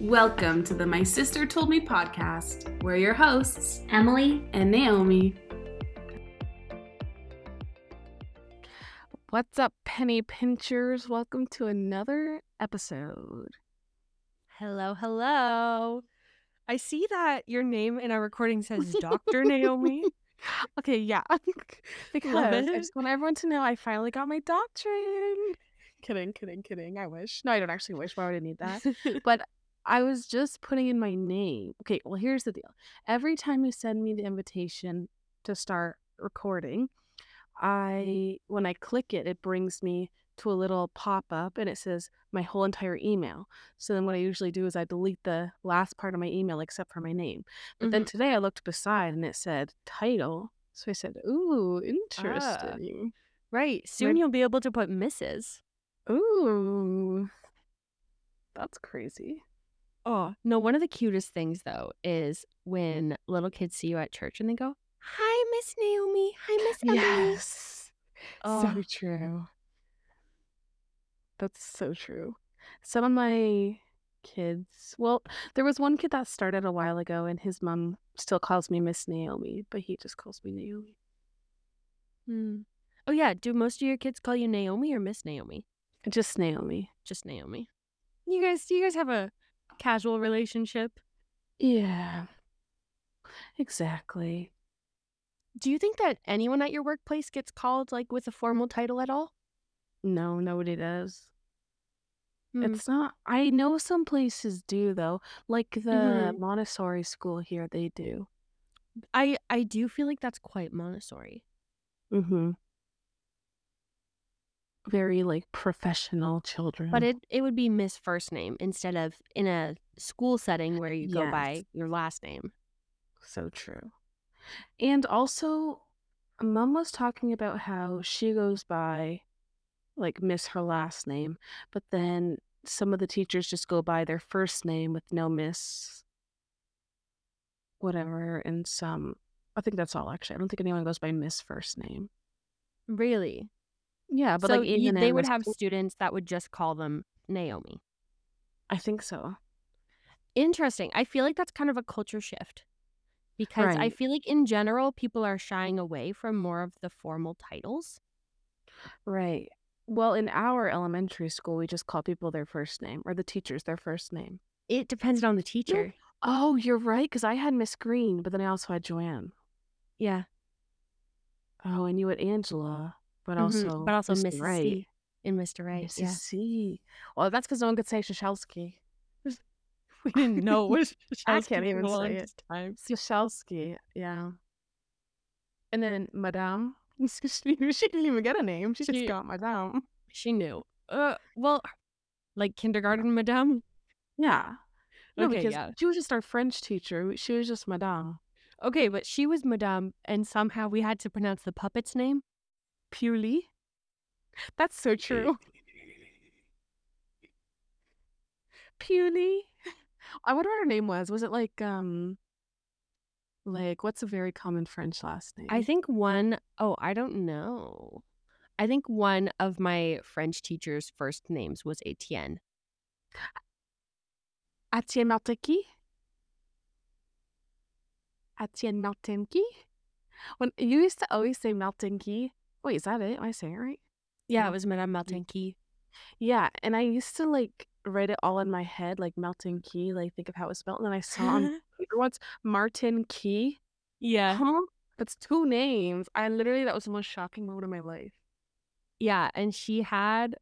Welcome to the My Sister Told Me podcast. We're your hosts Emily, and Naomi. What's up, penny pinchers? Welcome to another episode. Hello, hello. I see that your name in our recording says Dr. Naomi. Okay, yeah. because I it. just want everyone to know I finally got my doctrine. Kidding, kidding, kidding. I wish. No, I don't actually wish. Why would I need that? but I was just putting in my name. Okay, well, here's the deal. Every time you send me the invitation to start recording, I when I click it, it brings me to a little pop-up and it says my whole entire email. So then what I usually do is I delete the last part of my email except for my name. But then today I looked beside and it said title. So I said, "Ooh, interesting. right. Soon you'll be able to put Mrs. Ooh. That's crazy." Oh, no. One of the cutest things, though, is when little kids see you at church and they go, Hi, Miss Naomi. Hi, Miss Emily. Yes. So Oh. true. That's so true. Some of my kids, well, there was one kid that started a while ago, and his mom still calls me Miss Naomi, but he just calls me Naomi. Hmm. Oh, yeah. Do most of your kids call you Naomi or Miss Naomi? Just Naomi. Just Naomi. You guys, do you guys have a casual relationship? Yeah. Exactly. Do you think that anyone at your workplace gets called like with a formal title at all? No, nobody does. Hmm. It's not. I know some places do though, like the Mhm. Montessori school here. They do. I I do feel like that's quite Montessori. Mm-hmm. Very like professional children. But it it would be Miss First Name instead of in a school setting where you go Yes. by your last name. So true. And also, mom was talking about how she goes by, like, miss her last name, but then some of the teachers just go by their first name with no miss, whatever. And some, I think that's all actually. I don't think anyone goes by miss first name. Really? Yeah, but so like, you- even they in would the have school- students that would just call them Naomi. I think so. Interesting. I feel like that's kind of a culture shift because I Right. feel like in general people are shying away from more of the formal titles. Right. Well, in our elementary school, we just call people their first name or the teachers their first name. It depends on the teacher. Oh, you're right. Because I had Miss Green, but then I also had Joanne. Yeah. Oh, and you had Angela, Mm-hmm, but Mhm, also but also Mr. Mrs. Wright. C and Mr. Wright. Mrs. C. Well, that's because no one could say Shashelsky. We didn't know it was I can't even say it. Time. Shashelsky, yeah. And then Madame. Excuse me, she didn't even get a name. She just She- got Madame. She knew. Uh, well, like kindergarten madame. Yeah. No, Okay, because yeah. she was just our French teacher. We- She was just Madame. Okay, but she was madame, and somehow we had to pronounce the puppet's name. Puli. That's so true. Puli. I wonder what her name was. Was it like um like what's a very common French last name? I think one oh I don't know. I think one of my French teacher's first names was Etienne. Etienne Martenki. Etienne Martenki. When you used to always say Martenki. Wait, is that it? Am I saying it right? Yeah, it was Madame Maltinki. Yeah, and I used to like write it all in my head, like melting key, like think of how it was spelled. And then I saw on the computer once Martin Key. yeah. Huh? That's two names. I literally that was the most shocking moment of my life. Yeah, and she had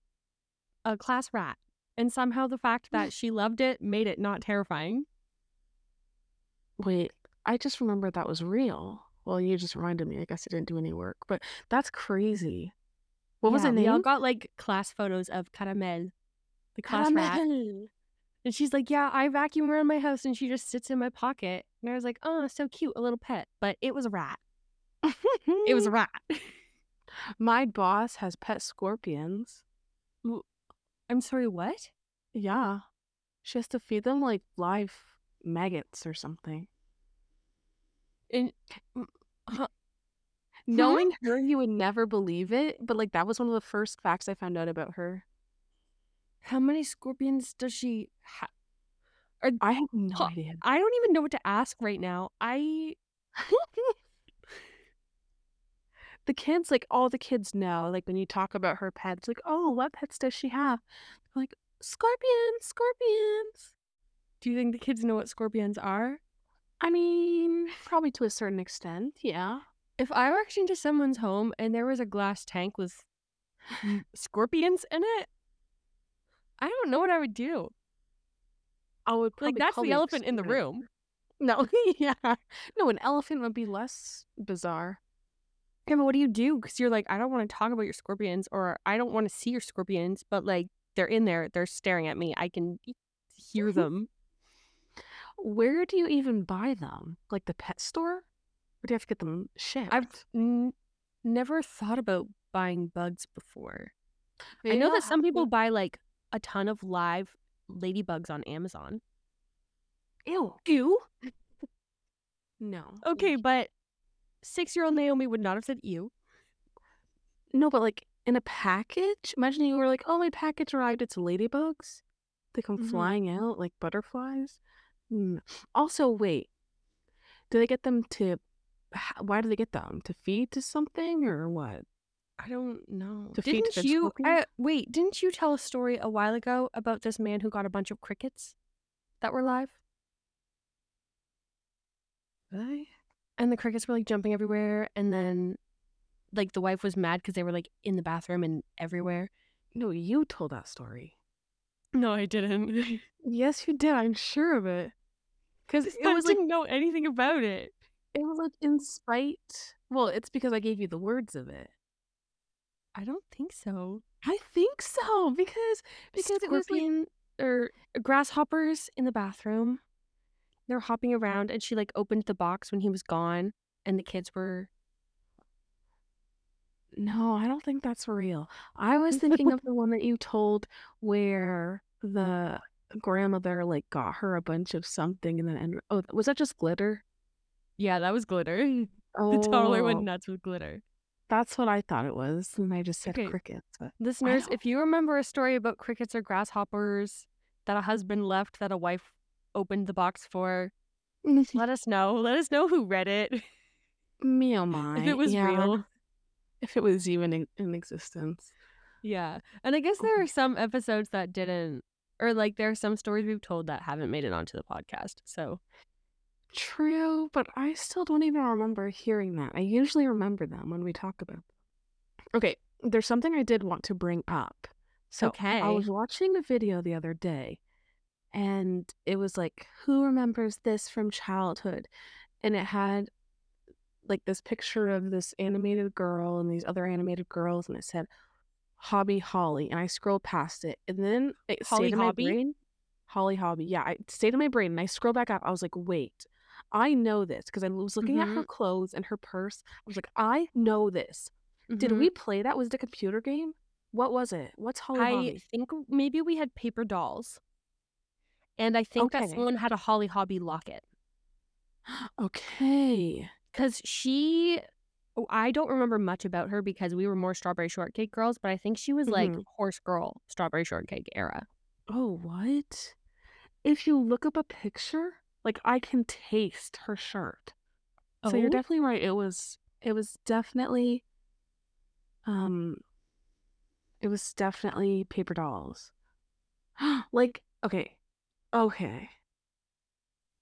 a class rat. And somehow the fact that she loved it made it not terrifying. Wait, I just remembered that was real. Well, you just reminded me. I guess I didn't do any work, but that's crazy. What was Yeah, her We all name? got like class photos of Caramel, the class rat. Caramel. And she's like, Yeah, I vacuum around my house and she just sits in my pocket. And I was like, Oh, so cute, a little pet. But it was a rat. It was a rat. My boss has pet scorpions. I'm sorry, what? Yeah. She has to feed them like live maggots or something. And Hmm? Knowing her, you would never believe it, but like that was one of the first facts I found out about her. how many scorpions does she have? I have no Huh. idea. I don't even know what to ask right now. I the kids, like all the kids know, like when you talk about her pets, like, oh, what pets does she have? They're like, scorpions, scorpions. do you think the kids know what scorpions are? I mean, probably to a certain extent, yeah. If I walked into someone's home and there was a glass tank with m- scorpions in it, I don't know what I would do. I would probably like that's call the it elephant in the extreme. room. No, yeah, no, an elephant would be less bizarre. Yeah, but what do you do? Because you're like, I don't want to talk about your scorpions, or I don't want to see your scorpions, but like they're in there, they're staring at me. I can e- hear them. Where do you even buy them? Like the pet store? Or do you have to get them shipped? I've n- never thought about buying bugs before. I Maybe know I'll that some have to- people buy like a ton of live ladybugs on Amazon. Ew. Ew. No. you Okay, can't. but six year old Naomi would not have said ew. No, but like in a package. Imagine you were like, "Oh, my package arrived. It's ladybugs. They come Mhm. flying out like butterflies." Mm. Also, wait. Do they get them to? h- Why do they get them to feed to something or what? I don't know. To feed didn't the you scorpions? uh, wait? Didn't you tell a story a while ago about this man who got a bunch of crickets that were live, and the crickets were like jumping everywhere, and then like the wife was mad because they were like in the bathroom and everywhere. No, you told that story. No, I didn't. Yes, you did. I'm sure of it. Because it was like didn't know anything about it. it was like in spite. Well, it's because I gave you the words of it. I don't think so. I think so because because it was like scorpion or grasshoppers in the bathroom. They're hopping around, and she like opened the box when he was gone, and the kids were. No, I don't think that's real. I was thinking of the one that you told where the grandmother like got her a bunch of something and then and oh was that just glitter? Yeah, that was glitter. Oh, The toddler went nuts with glitter. That's what I thought it was, and I just said Okay. crickets. But Listeners, don't- if you remember a story about crickets or grasshoppers that a husband left that a wife opened the box for, let us know. Let us know who read it. me oh my, If it was yeah, real. if it was even in, in existence. Yeah. And I guess there are some episodes that didn't, or like there are some stories we've told that haven't made it onto the podcast. So True, but I still don't even remember hearing that. I usually remember them when we talk about them. Okay, there's something I did want to bring up. So I Okay. was watching a video the other day and it was like, who remembers this from childhood? And it had like this picture of this animated girl and these other animated girls, and it said Hobby Holly. And I scrolled past it, and then it Holly stayed in Hobby? my brain. Holly Hobby. Yeah, it stayed in my brain, and I scrolled back up. I was like, wait, I know this because I was looking at Mm-hmm. her clothes and her purse. I was like, I know this. Did Mhm. we play that? Was it a computer game? What was it? What's Oh, Holly I Hobby? think maybe we had paper dolls. And I think that Okay. someone had a Holly Hobby locket. Okay. because she oh, i don't remember much about her because we were more strawberry shortcake girls but i think she was like Mhm. horse girl strawberry shortcake era Oh, what? If you look up a picture, like I can taste her shirt. So you're Oh? definitely right. It was it was definitely um it was definitely paper dolls. like okay. Okay.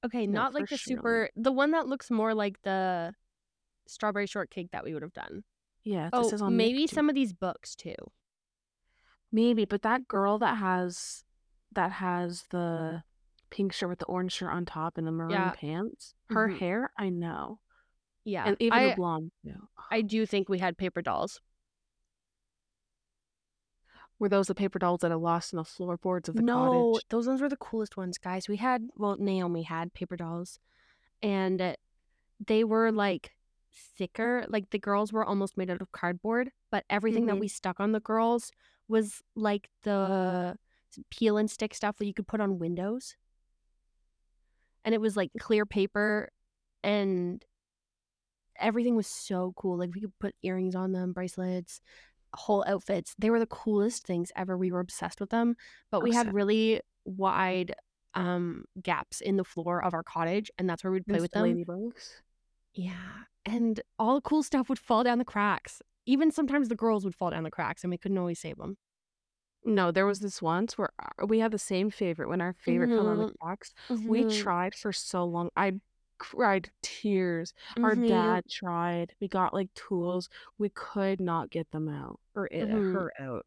okay No, not like for the surely. super the one that looks more like the strawberry shortcake that we would have done Yeah, it says oh on maybe Nicktoons. some of these books too Maybe, but that girl that has that has the pink shirt with the orange shirt on top and the maroon Mm-hmm. Yeah. pants. Her Mhm. hair, I know. yeah And even the I, blonde. Yeah. I do think we had paper dolls Were those the paper dolls that I lost in the floorboards of the no cottage? those ones were the coolest ones guys we had well naomi had paper dolls and uh, they were like thicker like the girls were almost made out of cardboard but everything Mhm. that we stuck on the girls was like the s- peel and stick stuff that you could put on windows and it was like clear paper and everything was so cool like we could put earrings on them bracelets whole outfits they were the coolest things ever we were obsessed with them but we had Obsessed. really wide um gaps in the floor of our cottage and that's where we'd play with um them. ladybugs. Yeah. And all the cool stuff would fall down the cracks. Even sometimes the girls would fall down the cracks and we couldn't always save them. No, there was this once where our- we had the same favorite when our favorite fell on the box. We Mm-hmm, tried for so long. I cried tears. Our mm-hmm. dad tried. We got like tools. We could not get them out or it Mhm. her out.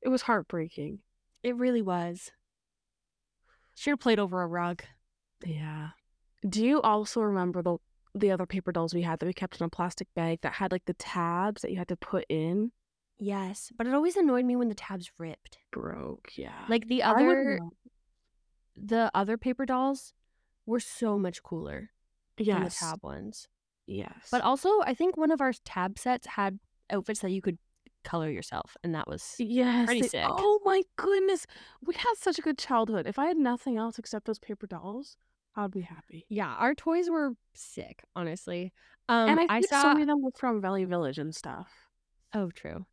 It was heartbreaking. It really was. Should have played over a rug. Yeah. Do you also remember the the other paper dolls we had that we kept in a plastic bag that had like the tabs that you had to put in? Yes, but it always annoyed me when the tabs ripped. Broke. Yeah. Like the I would other love- the other paper dolls were so much cooler than the Yes. tab ones. Yes. But also, I think one of our tab sets had outfits that you could color yourself, and that was Yes. Pretty they- sick. Oh my goodness. We had such a good childhood. If I had nothing else except those paper dolls, I'd be happy. yeah, our toys were sick, honestly. Um, and I, I think saw so many of them were from Valley Village and stuff. Oh, true.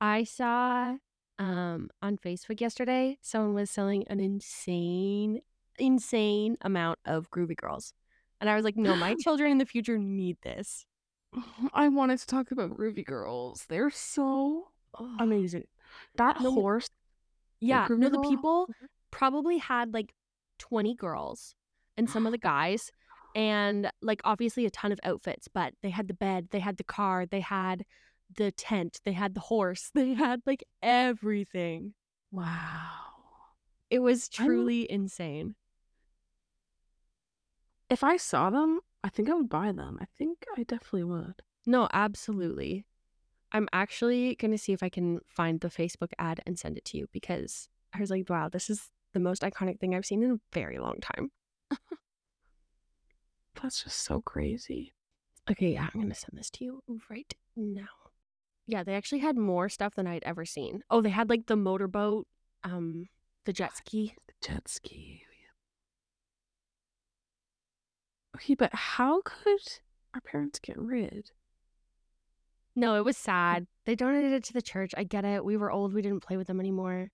I saw um on Facebook yesterday someone was selling an insane, insane amount of Groovy Girls, and I was like, no, my children in the future need this. I wanted to talk about Ruby Girls. They're so amazing. That No, horse. Yeah, Groovy no, the Girl- people probably had like twenty girls and some of the guys. And like obviously a ton of outfits, but they had the bed, they had the car, they had the tent, they had the horse, they had like everything. Wow. It was I'm- truly insane. If I saw them, I think I would buy them. I think I definitely would. No, absolutely. I'm actually going to see if I can find the Facebook ad and send it to you because I was like, wow, this is the most iconic thing I've seen in a very long time. That's just so crazy. Okay, yeah, I'm going to send this to you right now. Yeah, they actually had more stuff than I'd ever seen. Oh, they had like the motorboat, um, the jet ski. The jet ski. Okay, but how could our parents get rid? No, it was sad. They donated it to the church. I get it. We were old. We didn't play with them anymore.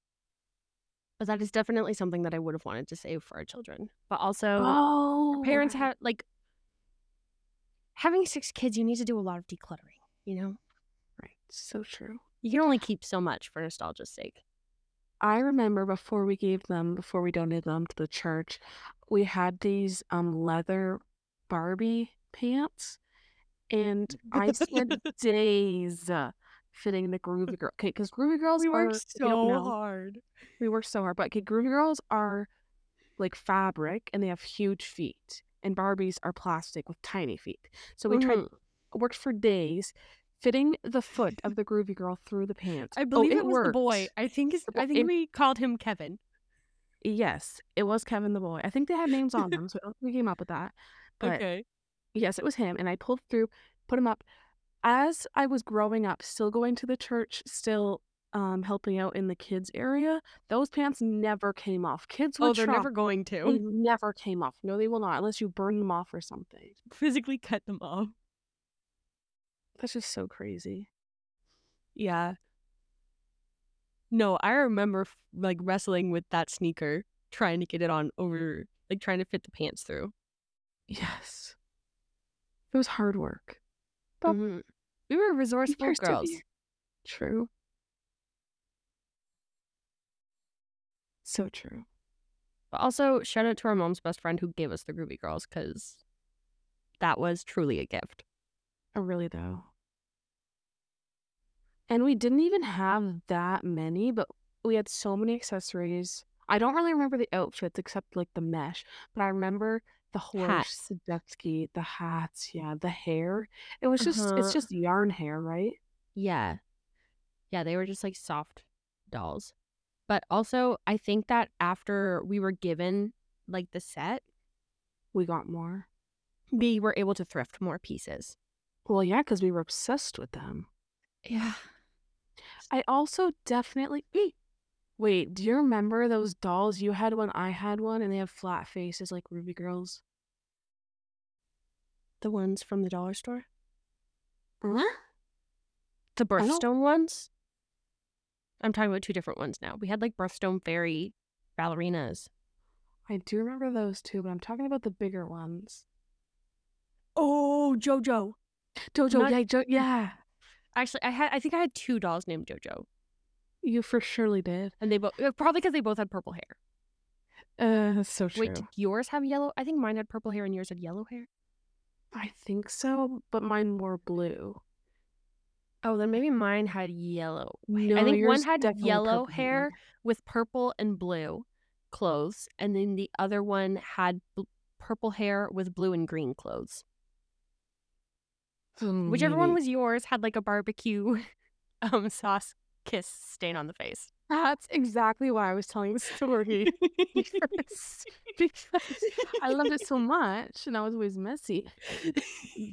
But that is definitely something that I would have wanted to save for our children. But also, Oh, parents right. have like having six kids you need to do a lot of decluttering you know Right. So true. you can only keep so much for nostalgia's sake I remember before we gave them, before we donated them to the church, we had these um leather Barbie pants, and I spent days uh, fitting the Groovy Girl. Okay, because Groovy Girls are, if you don't know- hard We work so hard, but okay, Groovy Girls are like fabric, and they have huge feet, and Barbies are plastic with tiny feet. So we tried Mm-hmm. worked for days fitting the foot of the Groovy Girl through the pants. i Oh, believe it, was the boy worked. i think his, The bo- i think it- we called him kevin Yes, it was Kevin the boy. I think they had names on them, uh, so I don't think we came up with that. But yes, it was him. And I pulled through, put him up. As I was growing up, still going to the church, still um, helping out in the kids area, those pants never came off. Kids were oh they're trauma- never going to They never came off. No, they will not, unless you burn them off or something. physically cut them off That's just so crazy. yeah no i remember f- like wrestling with that sneaker trying to get it on over like trying to fit the pants through Yes. It was hard work. But- Mhm. we were We resourceful persevere. girls True. So true. But also, shout out to our mom's best friend who gave us the Groovy Girls because that was truly a gift. Oh, really, though. And we didn't even have that many, but we had so many accessories. I don't really remember the outfits except like the mesh, but I remember the horse, Hats. the jet ski, the hats, yeah, the hair. It was just, it's Uh-huh. just yarn hair, right? Yeah. Yeah, they were just like soft dolls. But also, I think that after we were given like the set, We got more. we were able to thrift more pieces. Well, yeah, because we were obsessed with them. Yeah. I also definitely. Eek. Wait, do you remember those dolls? You had one, I had one, and they have flat faces like Ruby Girls. The ones from the dollar store? Huh? The don't- birthstone ones? I'm talking about two different ones now. We had like birthstone fairy ballerinas. I do remember those two, but I'm talking about the bigger ones. Oh, Jojo. Jojo, Not- yeah, jo- yeah, Actually, I had I think I had two dolls named Jojo, you for surely did. and they both probably because they both had purple hair. Uh, that's so true. Wait, did yours have yellow? I think mine had purple hair and yours had yellow hair. I think so, but mine wore blue. Oh, then maybe mine had yellow No, I think one yours had definitely yellow purple hair with purple and blue clothes, and then the other one had bl- purple hair with blue and green clothes. Hmm, Whichever one maybe. was yours had like a barbecue um sauce kiss stain on the face. That's exactly why I was telling the story. Because- because I loved it so much and I was always messy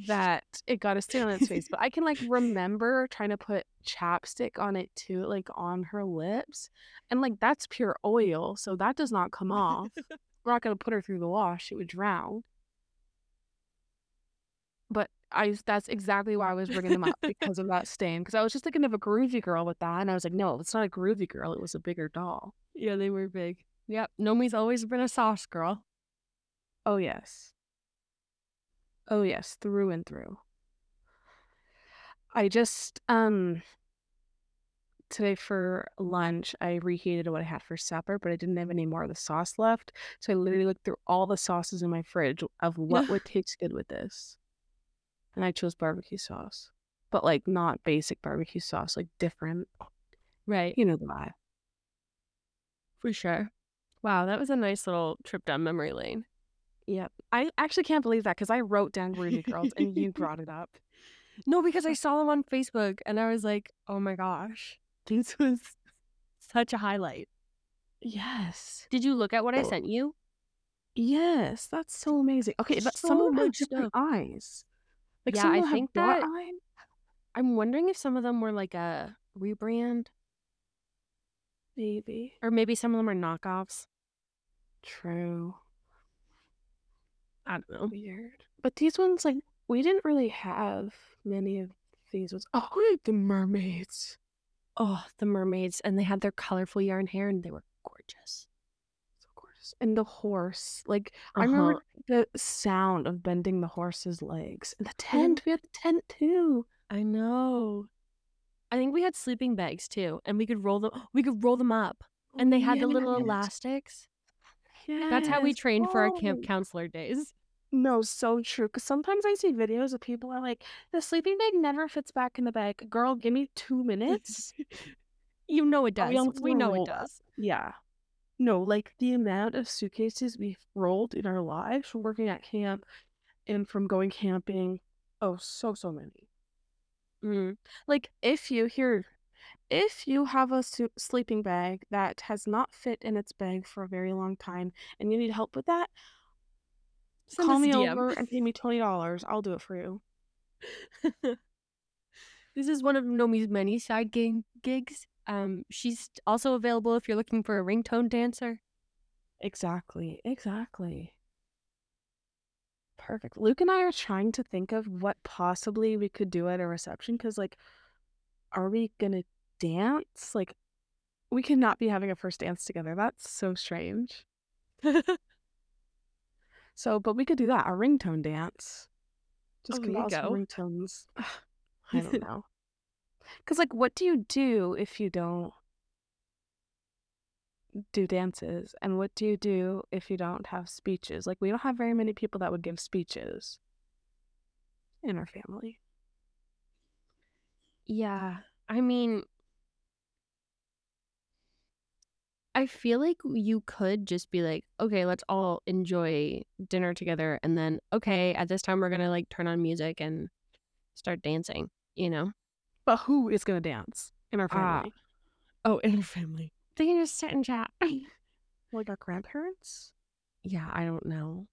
that it got a stain on its face. But I can like remember trying to put chapstick on it too, like on her lips. And like that's pure oil, so that does not come off. We're not gonna put her through the wash, it would drown. But I that's exactly why I was bringing them up because of that stain. Because I was just thinking of a groovy girl with that, and I was like, no, it's not a groovy girl. It was a bigger doll. Yeah, they were big. Yep, Nomi's always been a sauce girl. Oh yes. Oh yes, through and through. I just um today for lunch I reheated what I had for supper, but I didn't have any more of the sauce left. So I literally looked through all the sauces in my fridge of what would taste good with this. And I chose barbecue sauce. But like not basic barbecue sauce, like different. Right, You know the vibe. for sure. Wow, that was a nice little trip down memory lane. Yep. I actually can't believe that because I wrote down Ruby Girls and you brought it up. No, because I saw them on Facebook and I was like, oh my gosh, this was such a highlight. Yes. Did you look at what I sent you? Yes, that's so amazing. Okay, but some so of them have much different eyes. Like Yeah, some I of them think have that- that... eye. I'm wondering if some of them were like a rebrand Maybe. or maybe some of them are knockoffs. True. I don't know. Weird. But these ones, like, we didn't really have many of these ones. Oh, we had the mermaids. Oh, the mermaids and they had their colorful yarn hair and they were gorgeous. So gorgeous. And the horse. Like, I Uh-huh. remember the sound of bending the horse's legs. And the tent. We had the tent too. I know. I think we had sleeping bags too and we could roll them we could roll them up and Oh, they had the little elastics. That's how we Yes. trained for our camp Oh. counselor days. No, so true. Because sometimes I see videos of people are like, the sleeping bag never fits back in the bag. Girl, give me two minutes. You know it Are does. we Oh, We, on floor know it roll? does. yeah. No, like the amount of suitcases we've rolled in our lives from working at camp and from going camping. Oh, so, so many. Mm. Mm-hmm. Like, if you here, if you have a su- sleeping bag that has not fit in its bag for a very long time and you need help with that, Send call us a me DM. over and pay me $20. I'll do it for you. this is one of Nomi's many side gig- gigs. Um, she's also available if you're looking for a ringtone dancer. Exactly. Exactly. Perfect. Luke and I are trying to think of what possibly we could do at a reception because, like, are we gonna dance? Like, we cannot be having a first dance together. That's so strange. So, but we could do that a ringtone dance. Just Oh, there you compile some go. ringtones. I don't know. Because, like, what do you do if you don't do dances? And what do you do if you don't have speeches? Like, we don't have very many people that would give speeches in our family. Yeah, I mean, I feel like you could just be like, okay, let's all enjoy dinner together, and then okay, at this time we're gonna like turn on music and start dancing. You know? But who is going to dance in our Ah. family? Oh, in your family, they can just sit and chat. Like, our grandparents? yeah, I don't know.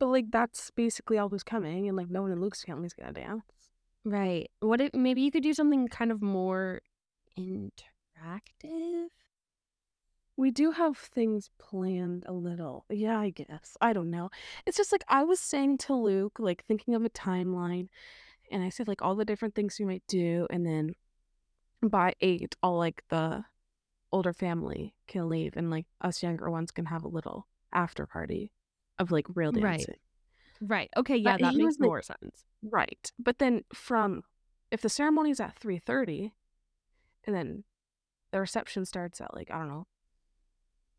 But, like, that's basically all who's coming. And, like, no one in Luke's family is going to dance. Right. What if maybe you could do something kind of more interactive? We do have things planned a little. Yeah, I guess. I don't know. It's just like I was saying to Luke, like thinking of a timeline, and I said like all the different things we might do, and then by eight, all like the older family can leave, and like us younger ones can have a little after party of like real Right. dancing. Right. Okay. Yeah, But that he makes was, like- more sense. Right. But then from if the ceremony is at 3:30 and then the reception starts at like I don't know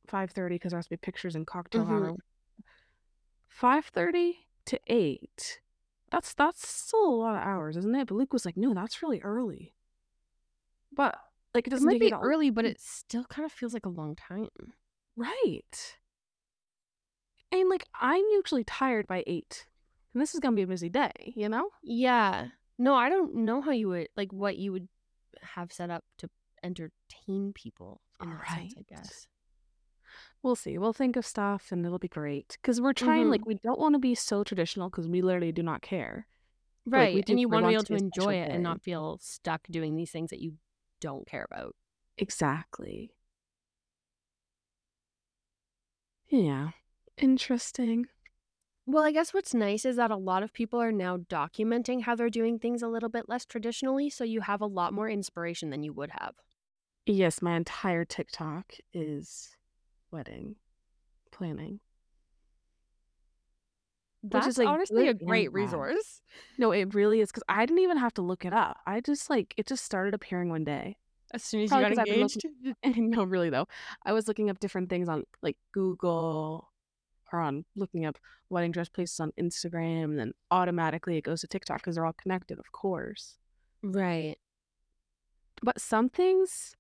5:30 cuz there has to be pictures and cocktail Mm-hmm. hour. 5:30 to 8. That's that's still a lot of hours, isn't it? But Luke was like, "No, that's really early." But like it It mm. doesn't might take you be that- early, but it still kind of feels like a long time. Right. And like I'm usually tired by 8. And this is going to be a busy day, you know? Yeah. No, I don't know how you would like what you would have set up to entertain people. In that sense, Right. I guess. We'll see. We'll think of stuff and it'll be great. Because we're trying, like, we don't want to be so traditional because we literally do not care. we Right. do- and you we want to be able want to to do a special enjoy it and day. not feel stuck doing these things that you don't care about. Exactly. Yeah. Interesting. Well, I guess what's nice is that a lot of people are now documenting how they're doing things a little bit less traditionally, so you have a lot more inspiration than you would have. Yes, my entire TikTok is wedding planning. That's like, honestly good a and great bad. resource. No, it really is because I didn't even have to look it up. I just like it just started appearing one day. As soon as Probably you 'cause got I've been engaged. looking- no, really though. I was looking up different things on like Google or on looking up wedding dress places on Instagram, and then automatically it goes to TikTok because they're all connected, of course. Right. But some things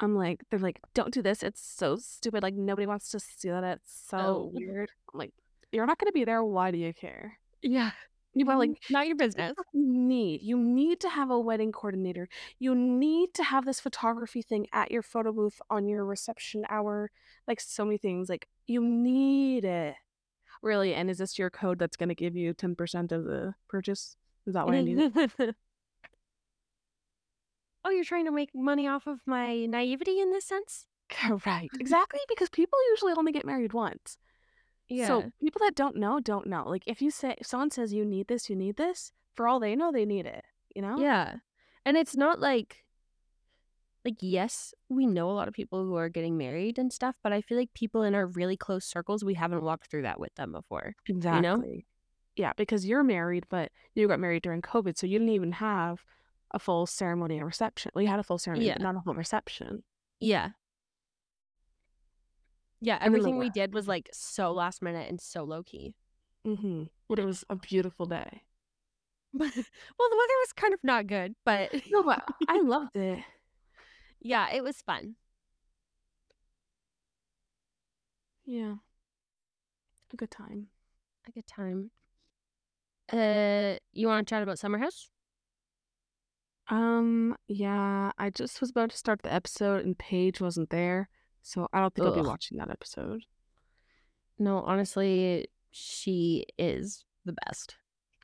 I'm like, they're like, don't do this. It's so stupid. Like nobody wants to see that. It's so Oh. weird. I'm like, you're not gonna be there. Why do you care? Yeah. You but like not your that's business. what you need you need to have a wedding coordinator you need to have this photography thing at your photo booth on your reception hour like so many things like you need it really and is this your code that's going to give you 10% of the purchase is that why i need it oh, you're trying to make money off of my naivety in this sense? correct exactly because people usually only get married once so people that don't know don't know like if you say if someone says you need this you need this for all they know they need it you know Yeah. And it's not like like yes, we know a lot of people who are getting married and stuff, but I feel like people in our really close circles, we haven't walked through that with them before. Exactly. know? Yeah, because you're married, but you got married during COVID, so you didn't even have a full ceremony and reception. Well, you had a full ceremony, but Yeah. not a full reception. Yeah. Yeah, And then the everything we last did was like so last minute and so low key. Mm-hmm. But it was a beautiful day. well, the weather was kind of not good, but No, but I loved it. yeah, it was fun. Yeah, a good time. A good time. Uh, you want to chat about Summer House? Um, yeah, I just was about to start the episode, and Paige wasn't there, so I don't think I'll Ugh. be watching that episode. No, honestly, she is the best.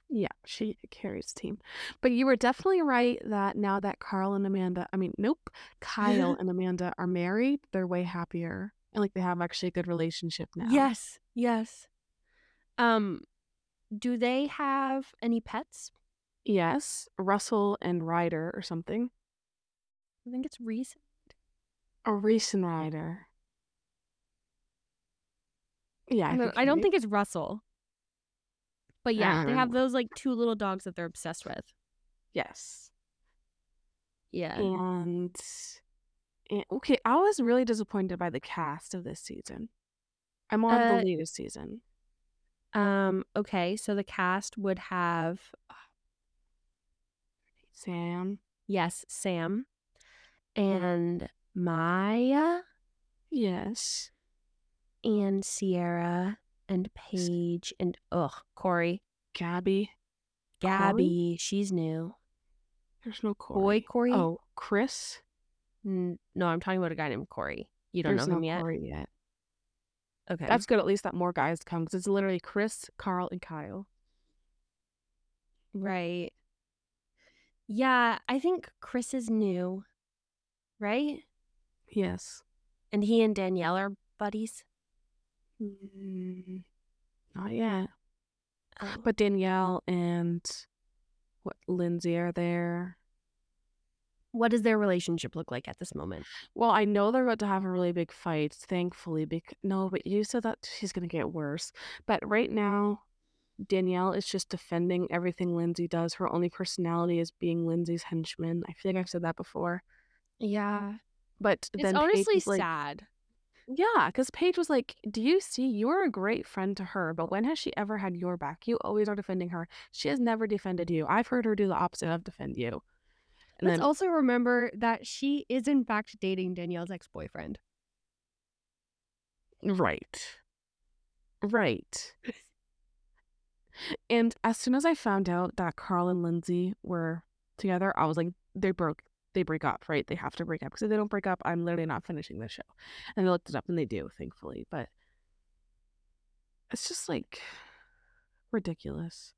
Yeah, she carries team. But you were definitely right that now that Carl and Amanda, I mean, nope, Kyle and Amanda are married, they're way happier. And like they have actually a good relationship now. Yes, yes. Um, do they have any pets? Yes. Russell and Ryder or something. I think it's Reese. A recent Ryder. Yeah. I, don't- I don't think it's Russell. But yeah, they have Um. those like two little dogs that they're obsessed with. Yes. Yeah. And, and okay, I was really disappointed by the cast of this season. I'm on Uh, the latest season. Um. Okay. So the cast would have Sam. yes, Sam, and Maya, Yes. and Sierra, and Paige, and ugh, Corey, Gabby. Corey? Gabby. She's new. There's no Corey. Boy, Corey. Oh, Chris. N- no, I'm talking about a guy named Corey. You don't There's know no him yet. Corey yet. Okay. That's good. At least that more guys come because it's literally Chris, Carl, and Kyle. right. Yeah, I think Chris is new, right? Yes. And he and Danielle are buddies. Mm, not yet. Oh, But Danielle and what Lindsay are there. What does their relationship look like at this moment? Well, I know they're about to have a really big fight, thankfully. Bec- no, but you said that she's going to get worse. But right now, Danielle is just defending everything Lindsay does. Her only personality is being Lindsay's henchman. I feel like I've said that before. Yeah. But It's then Paige honestly was like- sad. Yeah, because Paige was like, Do you see? You're a great friend to her, but when has she ever had your back? You always are defending her. She has never defended you. I've heard her do the opposite of defend you. And Let's then, also remember that she is in fact dating Danielle's ex-boyfriend. right. Right. and as soon as I found out that Carl and Lindsay were together, I was like, They broke. They break up, right? They have to break up because if they don't break up, I'm literally not finishing this show. And I looked it up and they do, thankfully. But it's just like ridiculous.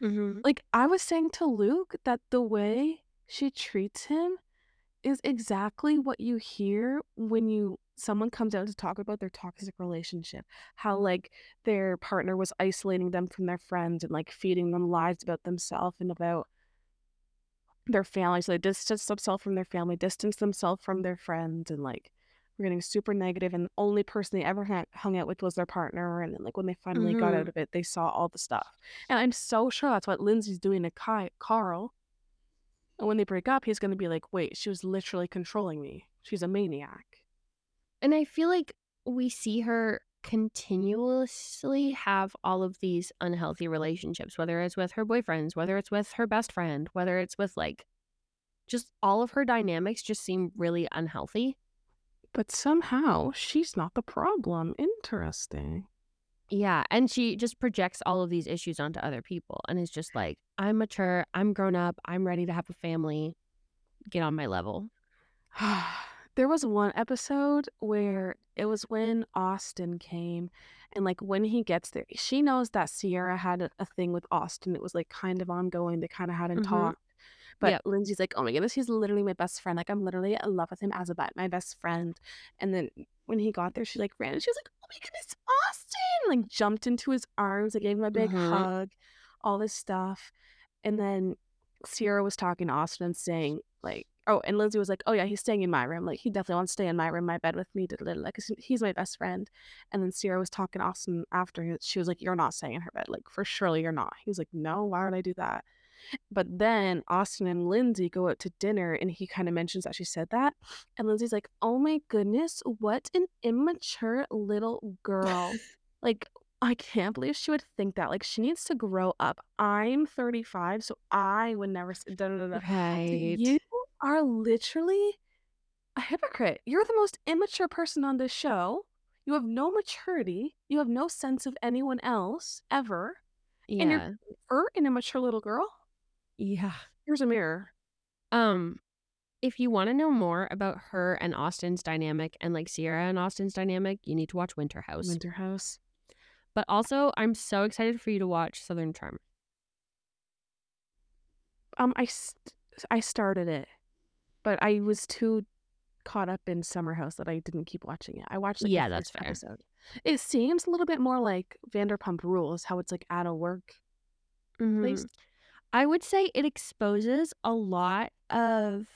Mm-hmm. like I was saying to Luke that the way she treats him is exactly what you hear when you someone comes out to talk about their toxic relationship how like their partner was isolating them from their friends and like feeding them lies about themselves and about their family so they distance themselves from their family distance themselves from their friends and like we're getting super negative and the only person they ever ha- hung out with was their partner and then, like when they finally got Mhm. out of it they saw all the stuff and I'm so sure that's what Lindsay's doing to Kai- Carl. And when they break up, he's going to be like, wait, she was literally controlling me. She's a maniac. And I feel like we see her continuously have all of these unhealthy relationships, whether it's with her boyfriends, whether it's with her best friend, whether it's with like just all of her dynamics just seem really unhealthy. But somehow she's not the problem. Interesting. Yeah. And she just projects all of these issues onto other people and is just like, I'm mature, I'm grown up, I'm ready to have a family, get on my level. there was one episode where it was when Austin came, and like when he gets there, she knows that Sierra had a, a thing with Austin. It was like kind of ongoing. They kind of hadn't Mhm. talked. But Yep. Lindsay's like, oh my goodness, he's literally my best friend. Like, I'm literally in love with him as a bet, my best friend. And then when he got there, she like ran and she was like, oh my goodness, Austin! Like, jumped into his arms, like, gave him a big Mhm. hug, all this stuff. And then Sierra was talking to Austin and saying like, oh, and Lindsay was like, oh yeah, he's staying in my room. Like he definitely wants to stay in my room, my bed with me. da- da- da, Like 'cause he's my best friend. And then Sierra was talking to Austin after he- she was like, you're not staying in her bed. Like for surely you're not. He was like, no, why would I do that? But then Austin and Lindsay go out to dinner, and he kind of mentions that she said that. And Lindsay's like, oh my goodness, what an immature little girl. like I can't believe she would think that. Like, she needs to grow up. I'm 35, so I would never. s- Da, da, da, da. Right. You are literally a hypocrite. You're the most immature person on this show. You have no maturity. You have no sense of anyone else ever. and you're- yeah. Or an immature little girl. Yeah. Here's a mirror. Um, if you want to know more about her and Austin's dynamic and like Sierra and Austin's dynamic, you need to watch Winter House. Winterhouse. But also, I'm so excited for you to watch Southern Charm. Um, I st- I started it, but I was too caught up in Summer House that I didn't keep watching it. I watched like, the Yeah, that's first fair. episode. It seems a little bit more like Vanderpump Rules, how it's like out Mm-hmm. of work. Mm. Mhm. I would say it exposes a lot of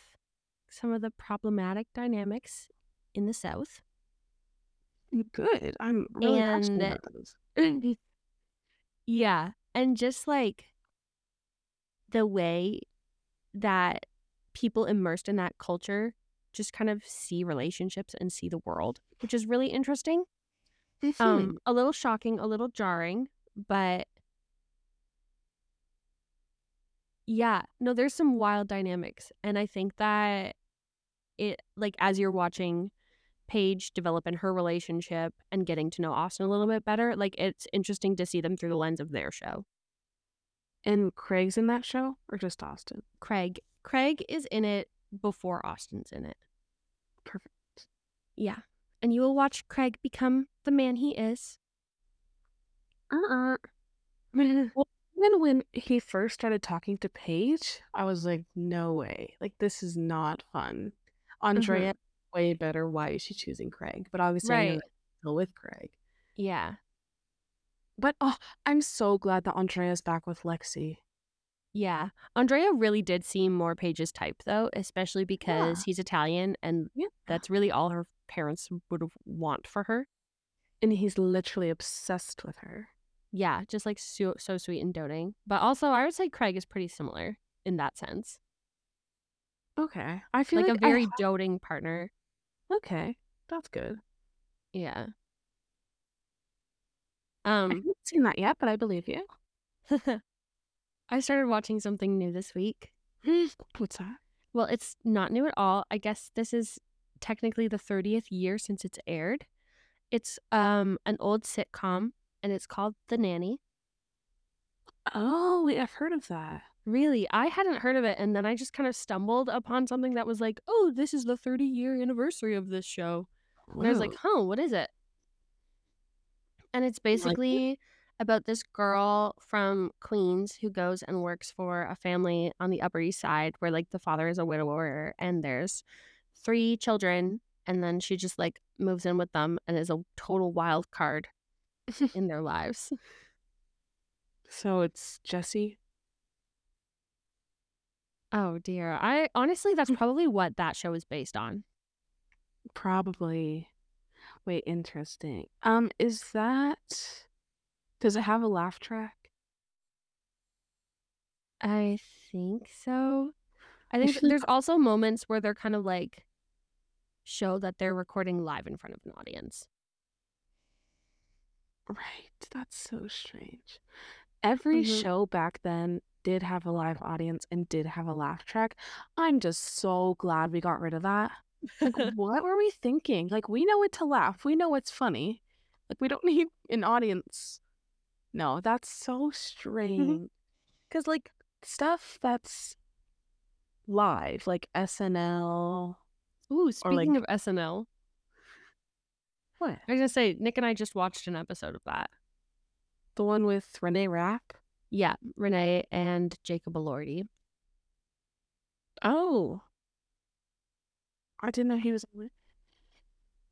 some of the problematic dynamics in the South. Good. I'm really passionate And- about those. yeah. And just like the way that people immersed in that culture just kind of see relationships and see the world, which is really interesting. Mm-hmm. Hmm. Um, a little shocking, a little jarring, but yeah, no, there's some wild dynamics. And I think that it, like, as you're watching Paige develop in her relationship and getting to know Austin a little bit better, like, it's interesting to see them through the lens of their show. and Craig's in that show, or just Austin? Craig, Craig is in it before Austin's in it. Perfect. Yeah. And you will watch Craig become the man he is. Uh-uh. Then when he first started talking to Paige, I was like, no way. Like this is not fun. Andrea, way better. Why is she choosing Craig? But obviously I know Right. that she's still with Craig. yeah. But oh, I'm so glad that Andrea's back with Lexi. Yeah. Andrea really did seem more Paige's type, though, especially because he's Italian and Yeah. that's really all her parents would want for her. And he's literally obsessed with her. Yeah, just like so, so sweet and doting. But also, I would say Craig is pretty similar in that sense. Okay. I feel Like, like, a I very ha- doting partner. okay. That's good. Yeah. I Um, haven't seen that yet, but I believe you. I started watching something new this week. What's that? Well, it's not new at all. I guess this is technically the 30th year since it's aired. It's um an old sitcom and it's called The Nanny. Oh, wait, I've heard of that. Really, I hadn't heard of it and then I just kind of stumbled upon something that was like, "Oh, this is the 30 year anniversary of this show." And I was like, Whoa. "Huh, what is it?" And it's it? basically about this girl from Queens who goes and works for a family on the Upper East Side where like the father is a widower and there's three children and then she just like moves in with them and is a total wild card in their lives. so it's Jesse. Oh dear. I honestly that's probably what that show is based on. Probably. Wait, interesting. Um, is that does it have a laugh track? I think so. I think th- there's also moments where they're kind of like show that they're recording live in front of an audience. Right. That's so strange. Every Mhm. show back then did have a live audience and did have a laugh track. I'm just so glad we got rid of that. Like, what were we thinking? Like, we know it to laugh. We know it's funny. Like, we don't need an audience. No, that's so strange. Because, like, stuff that's live, like SNL. Ooh, Or, like- speaking of SNL, What? I was gonna say Nick and I just watched an episode of that. The one with Renee Rapp? Yeah, Renee and Jacob Elordi. Oh. I didn't know he was on it.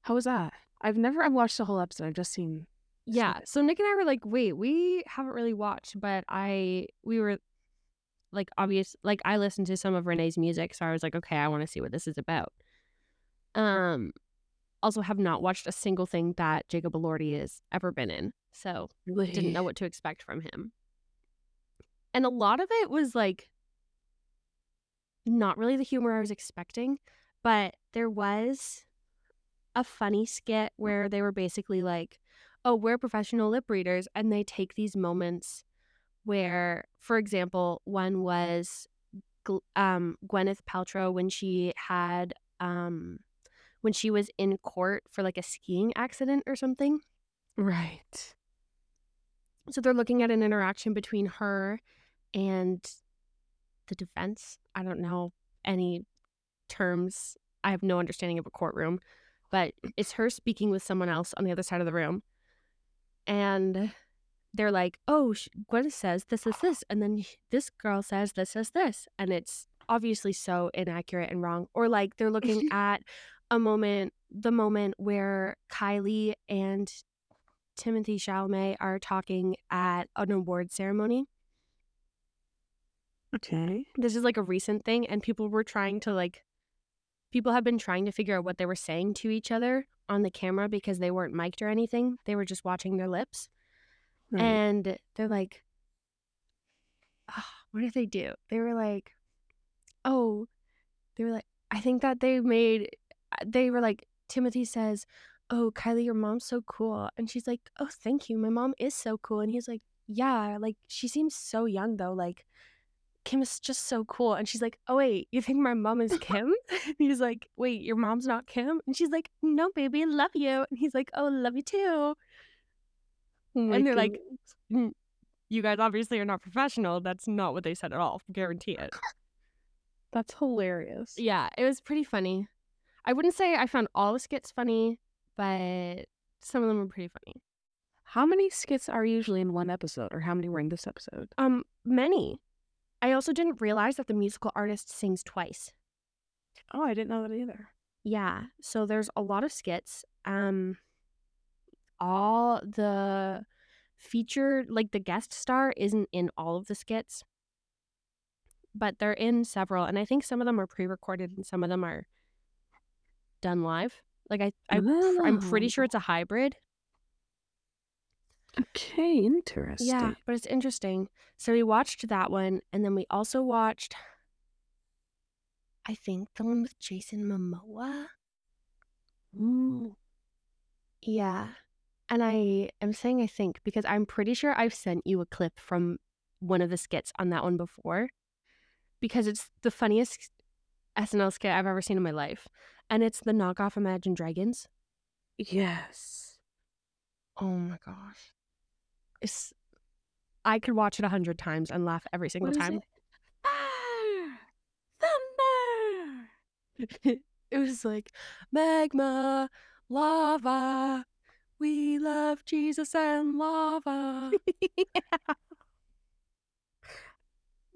How was that? I've never I've watched the whole episode. I've just seen Yeah, so Nick and I were like, wait, we haven't really watched, but I we were like obvious like I listened to some of Renee's music, so I was like, okay, I want to see what this is about. Um, also have not watched a single thing that Jacob Elordi has ever been in, so really didn't know what to expect from him. And a lot of it was like not really the humor I was expecting, but there was a funny skit where they were basically like, oh, we're professional lip readers. And they take these moments where, for example, one was Gl- um, Gwyneth Paltrow when she had, um, when she was in court for like a skiing accident or something. Right. So they're looking at an interaction between her and the defense. I don't know any terms. I have no understanding of a courtroom, but it's her speaking with someone else on the other side of the room. And they're like, oh, sh- Gwen says this, this, this. And then sh- this girl says this, this, this. And it's obviously so inaccurate and wrong. Or like they're looking at a moment, the moment where Kylie and Timothy Chalamet are talking at an award ceremony. Okay. This is like a recent thing, and people were trying to like, people have been trying to figure out what they were saying to each other on the camera because they weren't mic'd or anything. They were just watching their lips, and they're like, "Ah, "What did they do?" They were like, "Oh, they were like, I think that they made." uh, They were like, Timothy says, "Oh, Kylie, your mom's so cool," and she's like, "Oh, thank you. My mom is so cool," and he's like yeah, like she seems so young though. Like Kim is just so cool. And she's like, oh, wait, you think my mom is Kim? and he's like, wait, your mom's not Kim? And she's like, no, baby, love you. And he's like, oh, love you too. and they're like, "N- you guys obviously are not professional. That's not what they said at all. Guarantee it. that's hilarious. Yeah, it was pretty funny. I wouldn't say I found all the skits funny, but some of them were pretty funny. How many skits are usually in one episode or how many were in this episode? Um, many. I also didn't realize that the musical artist sings twice. Oh, I didn't know that either. Yeah. So there's a lot of skits. Um all the feature like the guest star isn't in all of the skits. but they're in several, and I think some of them are pre-recorded and some of them are done live. Like I, I pr- I'm pretty sure it's a hybrid. Okay, interesting. Yeah, but it's interesting. So we watched that one, and then we also watched, I think, the one with Jason Momoa. Mm. Yeah. And I am saying I think because I'm pretty sure I've sent you a clip from one of the skits on that one before because it's the funniest SNL skit I've ever seen in my life. And it's the knockoff Imagine Dragons. Yes. Oh my gosh. It's, I could watch it a hundred times and laugh every single What is time. it? Fire! Thunder! it was like magma, lava. We love Jesus and lava.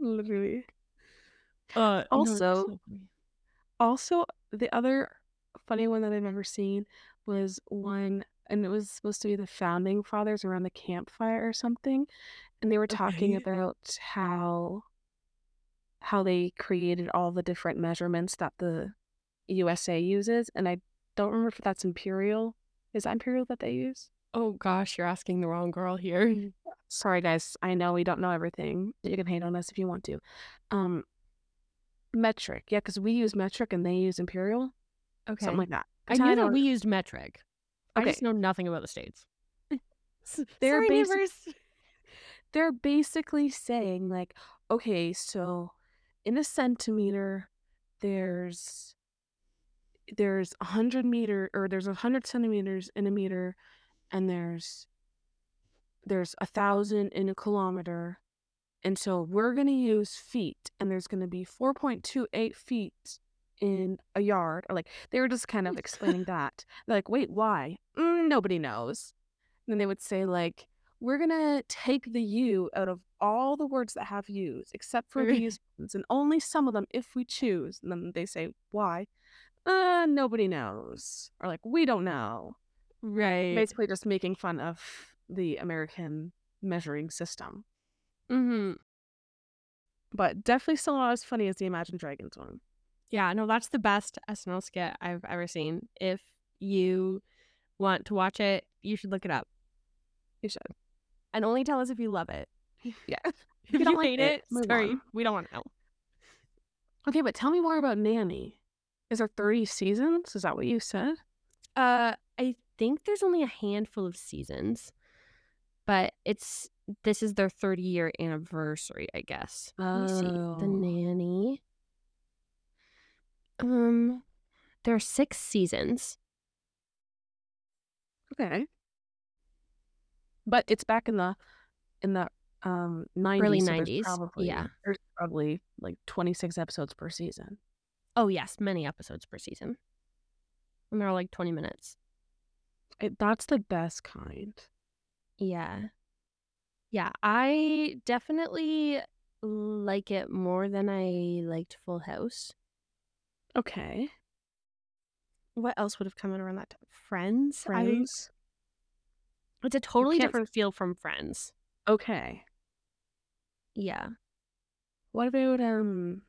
Literally. Uh, also, also the other Mm. funny one that I've ever seen was one, and it was supposed to be the founding fathers around the campfire or something, and they were talking Okay. about how how they created all the different measurements that the USA uses, and I don't remember if that's imperial. Is that imperial that they use? oh gosh, you're asking the wrong girl here. sorry guys i know we don't know everything you can hate on us if you want to um metric yeah because we use metric and they use imperial Okay. something like that I 'Cause knew that don't- we used metric. I just Okay. know nothing about the states. they're Sorry, basi- neighbors. they're basically saying like okay so in a centimeter there's there's a hundred meter or there's a hundred centimeters in a meter and there's there's a thousand in a kilometer and so we're going to use feet and there's going to be 4.28 feet in a yard or like they were just kind of explaining that they're like wait why mm, nobody knows and then they would say like we're going to take the u out of all the words that have u's except for these ones and only some of them if we choose and then they say why uh nobody knows or like we don't know Right. basically just making fun of the American measuring system, Mm-hmm. but definitely still not as funny as the Imagine Dragons one. Yeah, no, that's the best SNL skit I've ever seen. If you want to watch it, you should look it up. You should. And only tell us if you love it. Yeah. If you, don't like hate it, it, move sorry, on. we don't want to know. Okay, but tell me more about Nanny. Is there 30 seasons? Is that what you said? Uh, I think there's only a handful of seasons, but it's this is their 30 year anniversary, I guess. Let me see. Oh. The nanny. Um, there are six seasons. Okay. But it's back in the in the um 90s, Early so there's 90s, Probably, yeah. There's probably like 26 episodes per season. Oh yes, many episodes per season, and they're all like 20 minutes. It, that's the best kind. Yeah. Yeah, I definitely like it more than I liked Full House. Okay. What else would have come in around that time? Friends? I- Friends. it's a totally can't- different feel from Friends. okay. Yeah. What about um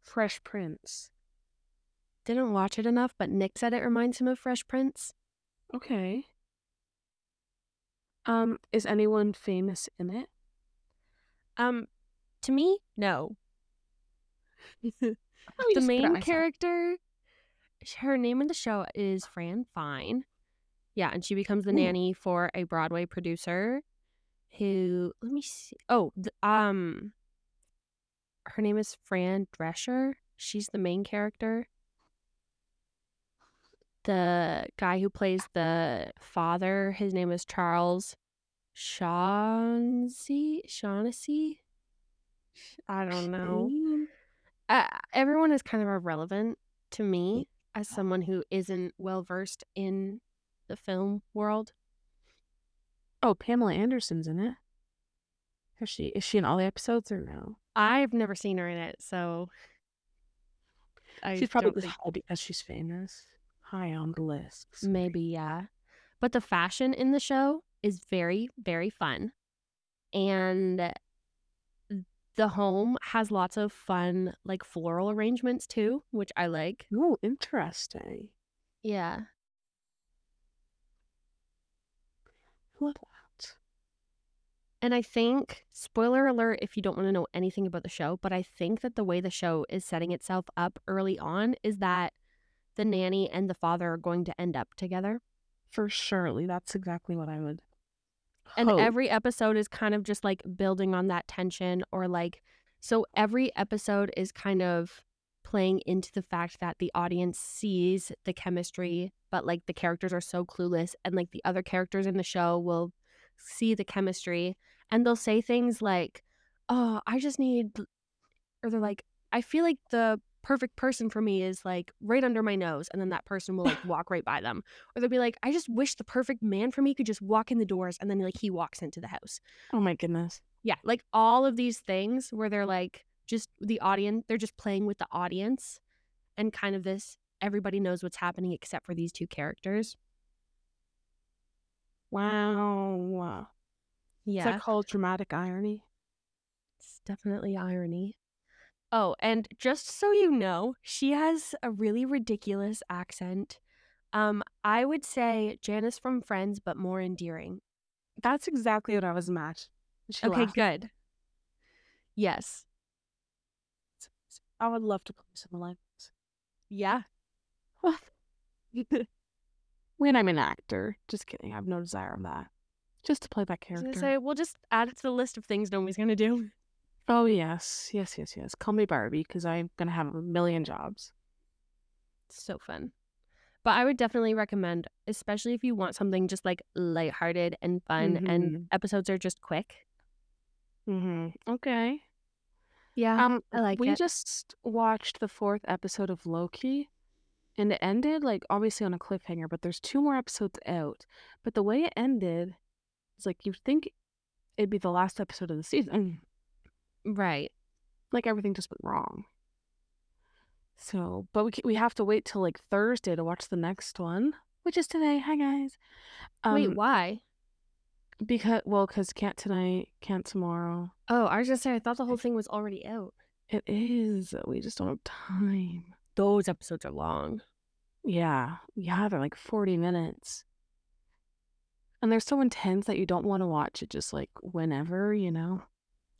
Fresh Prince? Didn't watch it enough, but Nick said it reminds him of Fresh Prince. Okay. Um, is anyone famous in it? Um, to me, no. Let me the just put it main myself. character, sh- her name in the show is Fran Fine. Yeah, and she becomes the Ooh. nanny for a Broadway producer who, let me see. Oh, th- um, her name is Fran Drescher. She's the main character. The guy who plays the father, his name is Charles Shaughnessy. Shaughnessy? I don't know Shane? uh, everyone is kind of irrelevant to Mm. me Oh. as someone who isn't well versed in the film world. Mm. Oh, Pamela Anderson's in it. Is she is she in all the episodes or no? I've never seen her in it, so I she's probably don't just high because she's famous. High on the list. think- maybe yeah. But the fashion in the show is very very fun, and the home has lots of fun like floral arrangements too, which I like. Ooh, interesting. Yeah. Love that. And I think, spoiler alert if you don't want to know anything about the show, but I think that the way the show is setting itself up early on is that the nanny and the father are going to end up together. For surely, that's exactly what I would. And hope. every episode is kind of just like building on that tension or like so every episode is kind of playing into the fact that the audience sees the chemistry, but like the characters are so clueless and like the other characters in the show will see the chemistry and they'll say things like, "Oh, I just need or they're like, "I feel like the perfect person for me is like right under my nose." And then that person will like walk right by them. Or they'll be like, "I just wish the perfect man for me could just walk in the doors and then like he walks into the house." Oh my goodness. yeah like all of these things where they're like just the audience they're just playing with the audience and kind of this everybody knows what's happening except for these two characters Wow. yeah Is that called dramatic irony? It's definitely irony. Oh, and just so you know, she has a really ridiculous accent. Um, I would say Janice from Friends, but more endearing. That's exactly what I was matched. She okay, laughed. good. Yes. I would love to play someone like this. Yeah. when I'm an actor. Just kidding. I have no desire of that. Just to play that I was character. gonna say, we'll just add it to the list of things nobody's gonna do. oh, yes. Yes, yes, yes. Call me Barbie because I'm going to have a million jobs. so fun. But I would definitely recommend, especially if you want something just like lighthearted and fun, and Mhm. episodes are just quick. Mm-hmm. Okay. Yeah, Um, I like we it. just watched the fourth episode of Loki, and it ended like obviously on a cliffhanger. But there's two more episodes out. But the way it ended, it's like you'd think it'd be the last episode of the season. Um, right. Like everything just went wrong. So, but we ca- we have to wait till like Thursday to watch the next one, which is today. Hi guys. Wait, why? Because well, because can't tonight, can't tomorrow. Oh, I was gonna say I thought the whole thing was already out. It is. We just don't have time. Those episodes are long. Yeah. Yeah, they're like 40 minutes. And they're so intense that you don't want to watch it just like whenever, you know?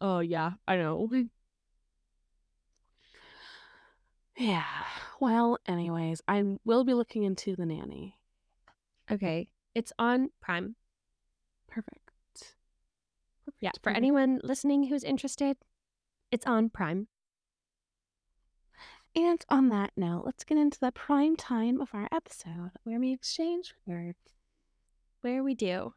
Oh yeah, I know. Yeah. Well, anyways, I will be looking into The Nanny. Okay, it's on Prime. Perfect. Yeah, Perfect, for perfect. anyone listening who's interested, it's on Prime. And on that note, let's get into the prime time of our episode where we exchange words. Where we do.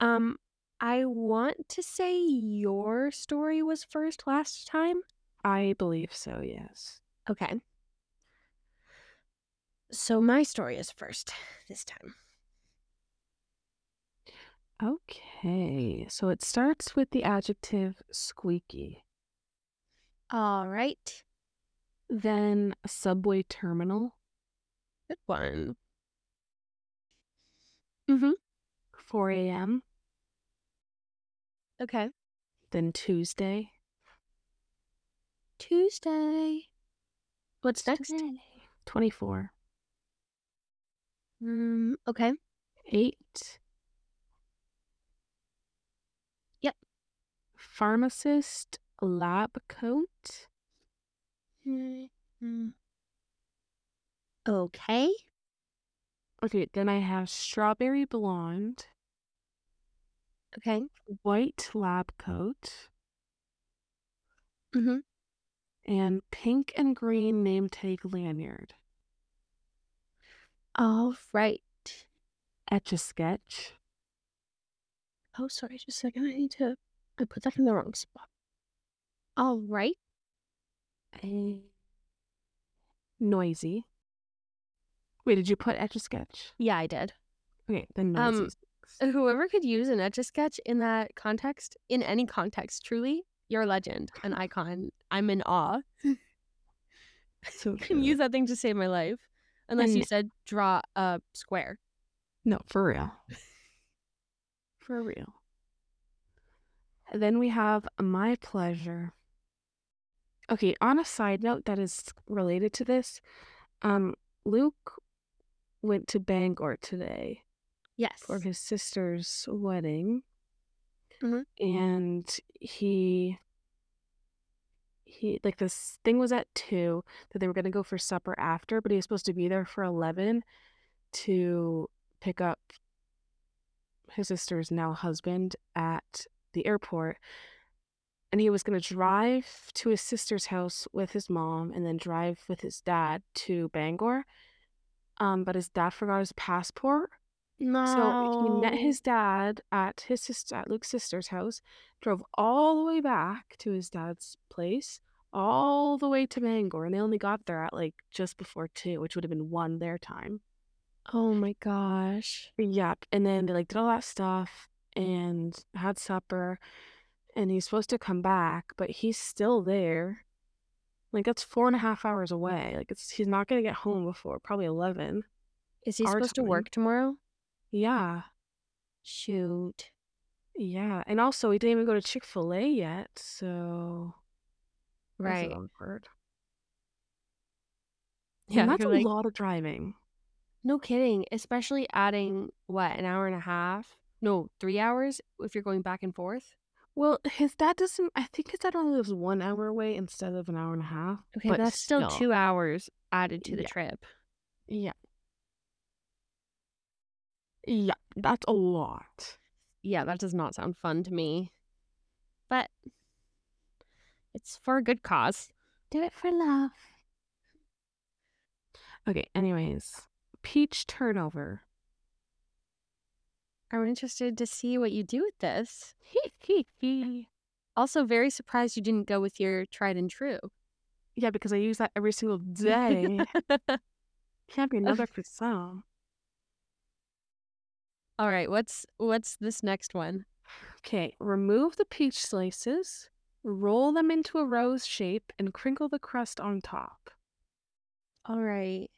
Um, I want to say your story was first last time. I believe so, yes. Okay. So my story is first this time. Okay. So it starts with the adjective squeaky, All right. then a subway terminal, Good one. 4 a.m., Okay. then Tuesday. Tuesday. What's Tuesday. 24. Um, okay. 8. Yep. Pharmacist lab coat. Mm. Okay. Okay, then I have strawberry blonde, Okay. white lab coat, Mhm. and pink and green name tag lanyard. All right. Etch a sketch. Oh, sorry. Just a second. I need to. I put that in the wrong spot. All right. Eh. Noisy. Wait, did you put etch a sketch? Yeah, I did. Okay, then Um, noisy. Uh, Whoever could use an etch a sketch in that context, in any context, truly, you're a legend, an icon. I'm in awe. so I can use that thing to save my life. Unless you And- said draw a square. No, for real. for real. And then we have my pleasure. Okay, on a side note that is related to this, um, Luke went to Bangor today Yes. for his sister's wedding Mhm. and he he like this thing was at two that they were going to go for supper after but he was supposed to be there for 11 to pick up his sister's now husband at the airport and he was going to drive to his sister's house with his mom and then drive with his dad to bangor um, but his dad forgot his passport no. so he Oh. met his dad at his sister at Luke's sister's house, drove all the way back to his dad's place, all the way to Bangor, and they only got there at like just before two, which would have been one their time. Oh my gosh. Yep. And then they like did all that stuff and had supper, and he's supposed to come back, but he's still there. Like that's four and a half hours Mm. away. Like it's he's not gonna get home before probably eleven. Is he Our supposed time. to work tomorrow? Yeah. Shoot. Yeah, and also we didn't even go to Chick Fil A yet, so this is Right. awkward. Yeah. and that's a you're like, lot of driving. no kidding. Especially adding what an hour and a half? No, three hours if you're going back and forth. Well, his dad doesn't. I think his dad only lives one hour away instead of an hour and a half. Okay, but that's still still. two hours added to the Yeah. trip. Yeah, yeah, that's a lot. Yeah, that does not sound fun to me. But it's for a good cause. Do it for love. Okay. Anyways, peach turnover. I'm interested to see what you do with this. also, very surprised you didn't go with your tried and true. Yeah, because I use that every single day. Can't be another for some. All right, what's what's this next one? Okay, remove the peach slices, roll them into a rose shape, and crinkle the crust on top. All right.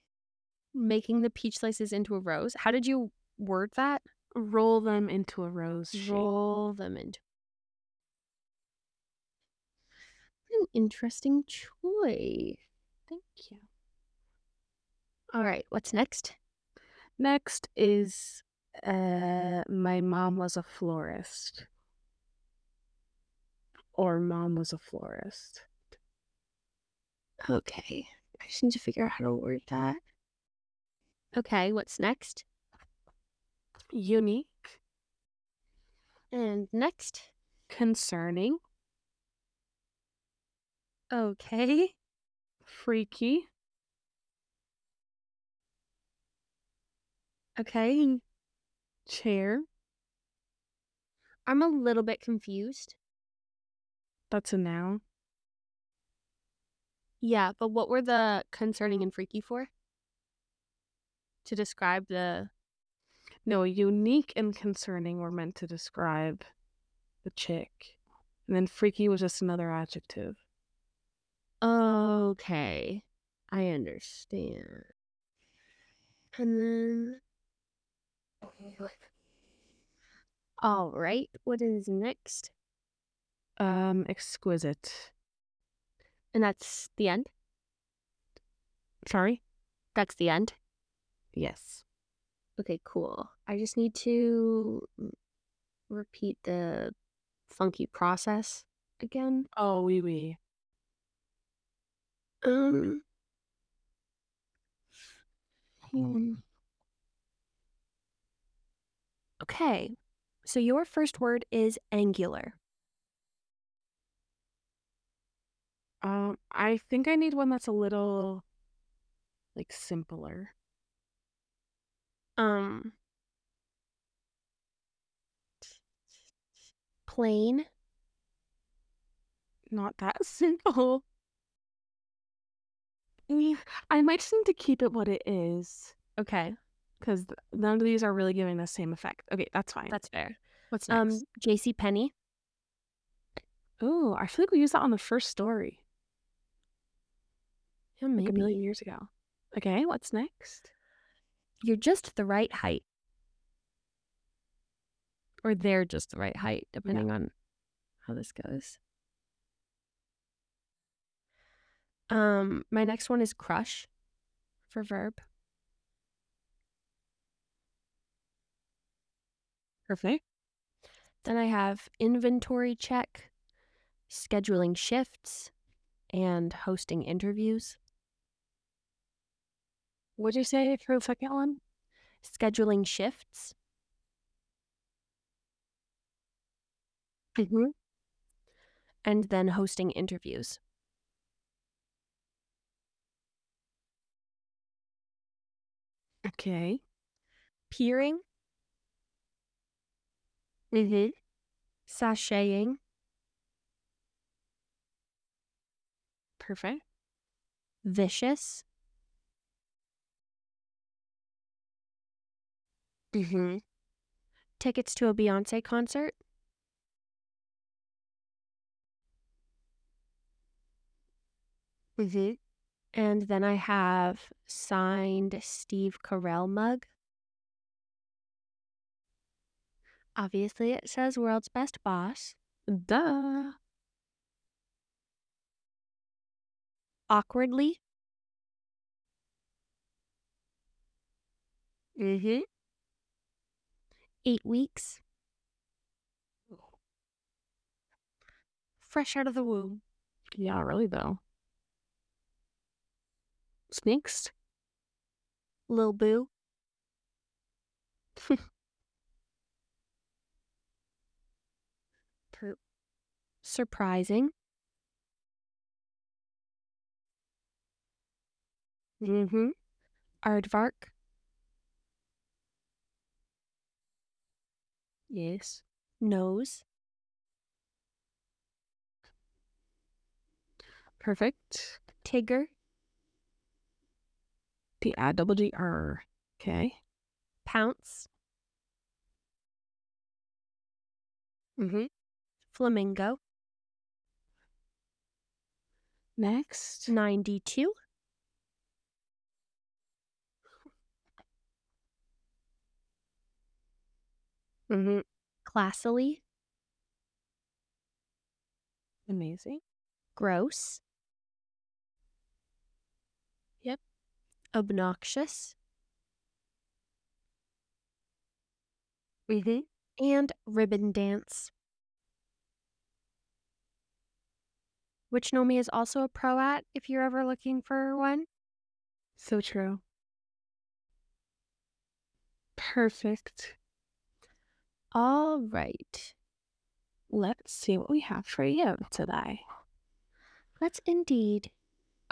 Making the peach slices into a rose. How did you word that? Roll them into a rose shape. Roll them into. An interesting choice. Thank you. All right, what's next? Next is uh, my mom was a florist. Or mom was a florist. Okay. I just need to figure out how to word that. Okay, what's next? Unique, And next. concerning, Okay. freaky, Okay. chair. I'm a little bit confused. That's a noun. Yeah, but what were the concerning and freaky for? To describe the. No, unique and concerning were meant to describe the chick. And then freaky was just another adjective. Okay. I understand. And then. All right. What is next? Um, exquisite. And that's the end. Sorry? That's the end. Yes. Okay, cool. I just need to mm, repeat the funky process again. Oh, wee wee. Um. hmm. Okay. So your first word is angular. Um, I think I need one that's a little like simpler. Um. Plain. Not that simple. Eh, I might just need to keep it what it is Okay, because none of these are really giving the same effect. Okay, that's fine. that's fair. What's Um, J.C. Penny. oh, I feel like we used that on the first story. Yeah, like a million years ago. Okay, what's next? You're just the right height. Or they're just the right height, depending on how this goes. Um, my next one is crush for verb. Perfect. Then I have inventory check, scheduling shifts, and hosting interviews. What'd you say for the second one? Scheduling shifts. Mm-hmm. and then hosting interviews. Okay. Peering, Mm-hmm. sashaying, Perfect. vicious, Mm-hmm. tickets to a Beyonce concert, Mm-hmm. and then I have signed Steve Carell mug. Obviously, it says world's best boss. Duh. Awkwardly, Mm-hmm. eight weeks. Fresh out of the womb. Yeah, really though. What's next? Lil Boo. Per- Surprising. mm-hmm. Aardvark. Yes. Nose. Perfect. Tigger. T I double G R. Okay. Pounce. Mm-hmm. Flamingo. Next. 92. Mm-hmm. Classily. Amazing. Gross. Yep. Obnoxious. Mm-hmm. And ribbon dance. Which Nomi is also a pro at if you're ever looking for one. So true. Perfect. All right. Let's see what we have for you today. Let's indeed.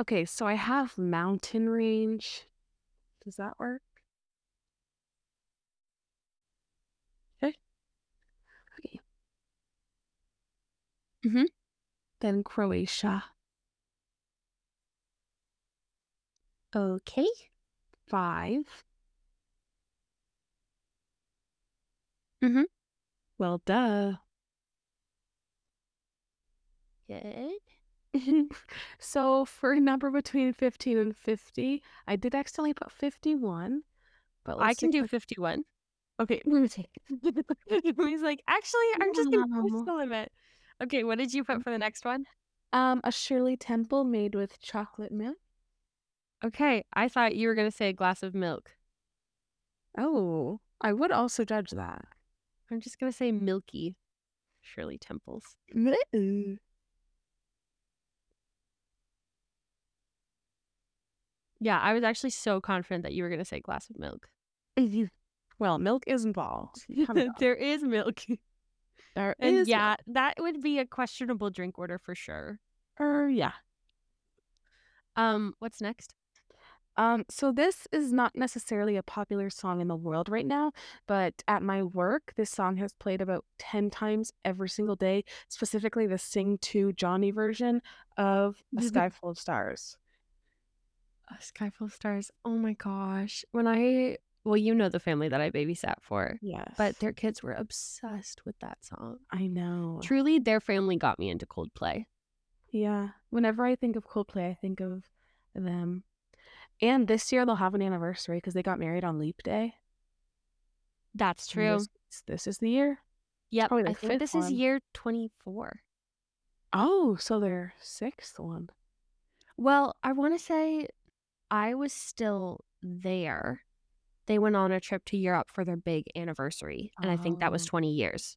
Okay, so I have mountain range. Does that work? Okay. Okay. Mm-hmm. Mhm. Then Croatia, Okay. five. Mm-hmm. Mhm. Well, duh. Good. so for a number between 15 and 50, I did accidentally put 51, but I let's stick can do with- 51. Okay. He's like, actually, I'm just going No. to personal limit. Okay, what did you put for the next one? Um, a Shirley Temple made with chocolate milk. Okay, I thought you were going to say a glass of milk. Oh, I would also judge that. I'm just going to say milky. Shirley Temples. Ooh. Yeah, I was actually so confident that you were going to say glass of milk. Well, milk is involved. there is milk. There And is yeah, that would be a questionable drink order for sure. er, yeah. Um, what's next? Um, so this is not necessarily a popular song in the world right now, but at my work, this song has played about 10 times every single day, specifically the Sing to Johnny version of A Sky Full of Stars. Uh, Sky Full of Stars. Oh my gosh. When I, well, you know the family that I babysat for, Yes. but their kids were obsessed with that song. I know. Truly, their family got me into Coldplay. Yeah. Whenever I think of Coldplay, I think of them. And this year they'll have an anniversary because they got married on Leap Day. That's and true. This, this is the year. Yep. probably I their fifth think this is one. year 24. Oh, so their sixth one. Well, I want to say I was still there. They went on a trip to Europe for their big anniversary, and I think that was Oh. 20 years.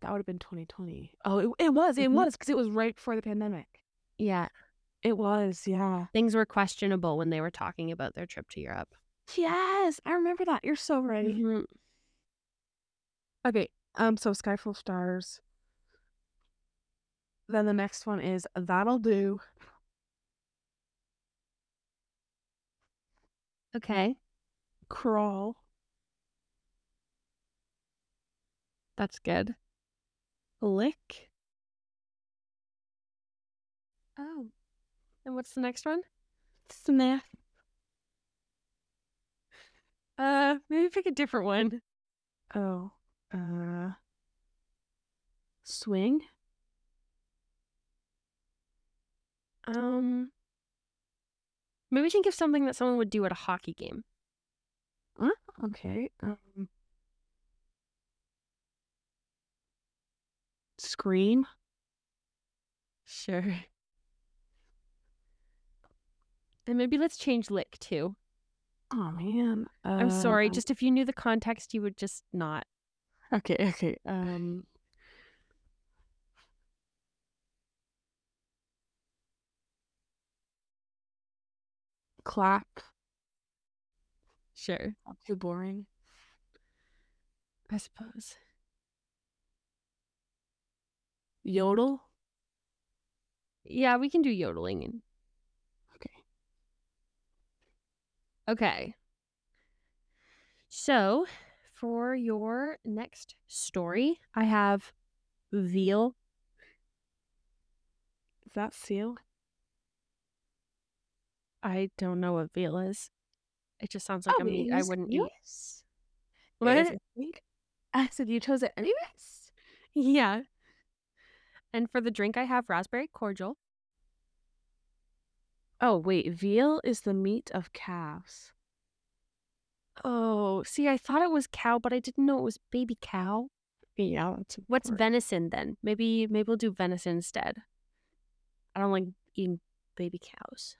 That would have been 2020. Oh, it, it was. It Mhm. was because it was right before the pandemic. Yeah, It was. Yeah. things were questionable when they were talking about their trip to Europe. Yes, I remember that. You're so right. Mhm. Okay. Um. So Skyfall Stars. Then the next one is That'll Do. Okay, Crawl. that's good. Lick. Oh, and what's the next one? Sniff. Uh, maybe pick a different one. Oh. Uh. Swing. Um, maybe think of something that someone would do at a hockey game. Okay. Um. Scream. Sure. And maybe let's change lick too. Oh man. I'm sorry. Um, Just if you knew the context, you would just not. Okay, okay. Um clap. Sure. Not too boring. I suppose. Yodel. Yeah, we can do yodeling. And... Okay. Okay. So for your next story, I have veal. Is that seal? I don't know what veal is. It just sounds like Oh, a meat it I is wouldn't veal? eat. It What? is, I think. I said you chose it anyways. Yeah. And for the drink, I have raspberry cordial. Oh wait, veal is the meat of calves. Oh, see, I thought it was cow, but I didn't know it was baby cow. Yeah, that's What's important. venison then? Maybe maybe we'll do venison instead. I don't like eating baby cows.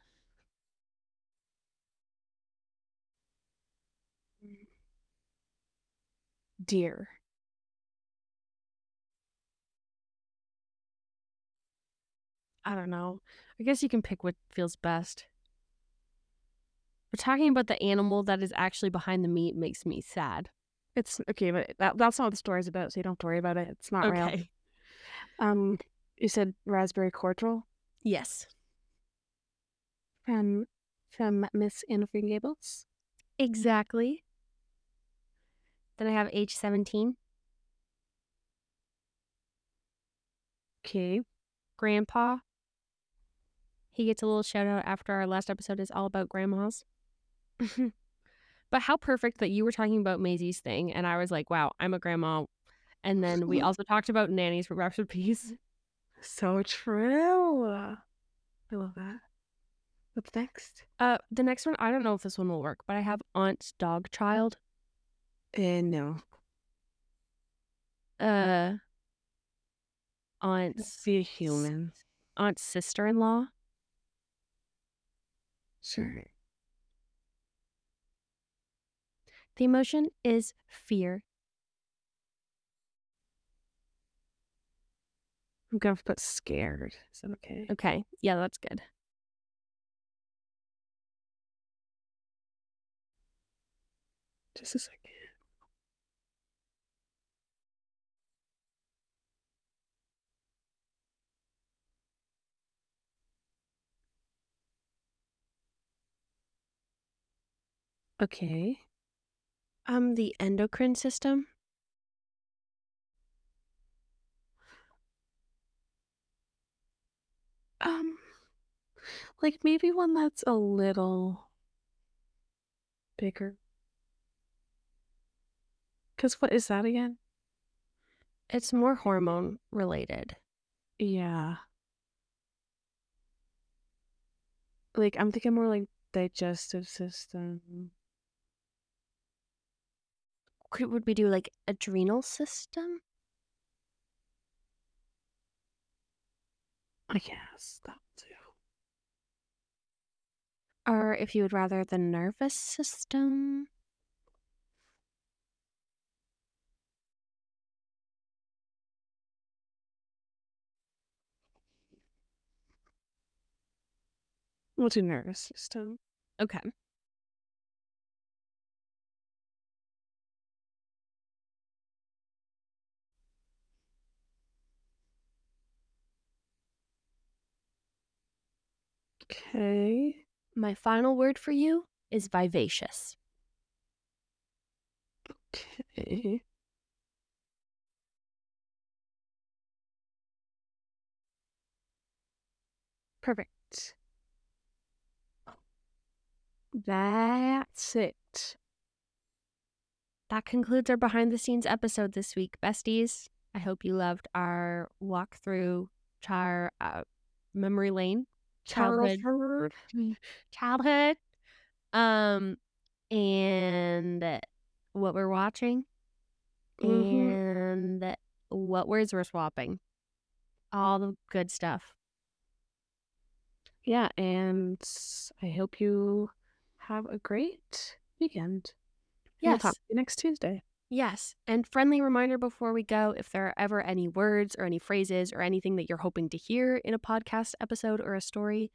deer? I don't know. I guess you can pick what feels best. But talking about the animal that is actually behind the meat makes me sad. It's okay, but that, that's not what the story's about, so you don't have to worry about it. It's not real. Um, you said raspberry cordial Yes. from from Miss Anne of Green Gables. Exactly. Then I have age 17, Okay. grandpa. He gets a little shout out after our last episode is all about grandmas. but how perfect that you were talking about Maisie's thing, and I was like, wow, I'm a grandma. And then we also talked about nannies recipes. So true. I love that. What's next? Uh, the next one, I don't know if this one will work, but I have aunt's dog child. Uh, no. Uh, aunt's Be a human. aunt's sister in law. Sure. The emotion is fear. I'm gonna put scared. Is that okay? Okay, yeah, that's good. Just a second. Okay. Um, the endocrine system. Um, like maybe one that's a little bigger. Cause what is that again? It's more hormone related. Yeah. Like I'm thinking more like digestive system. Could would we do like adrenal system? I guess that too. or if you would rather the nervous system. What's your nervous system? Okay. Okay. My final word for you is vivacious. Okay. Perfect. That's it. That concludes our behind the scenes episode this week, besties. I hope you loved our walk through char uh, memory lane childhood Childhood. childhood um and what we're watching and what words we're swapping all the good stuff Yeah, and I hope you have a great weekend. We'll talk to you next Tuesday. yes and friendly reminder before we go if there are ever any words or any phrases or anything that you're hoping to hear in a podcast episode or a story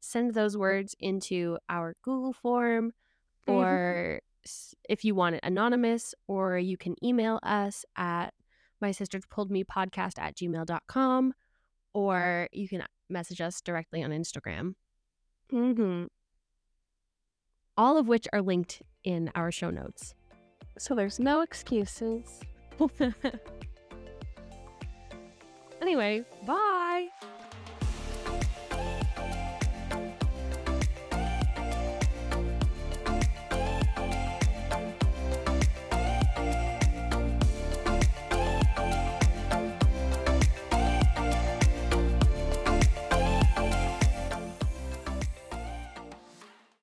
send those words into our google form Mhm. or s- if you want it anonymous or you can email us at my sisters pulled me podcast at gmail.com or you can message us directly on instagram Mm-hmm. all of which are linked in our show notes So there's no excuses. anyway bye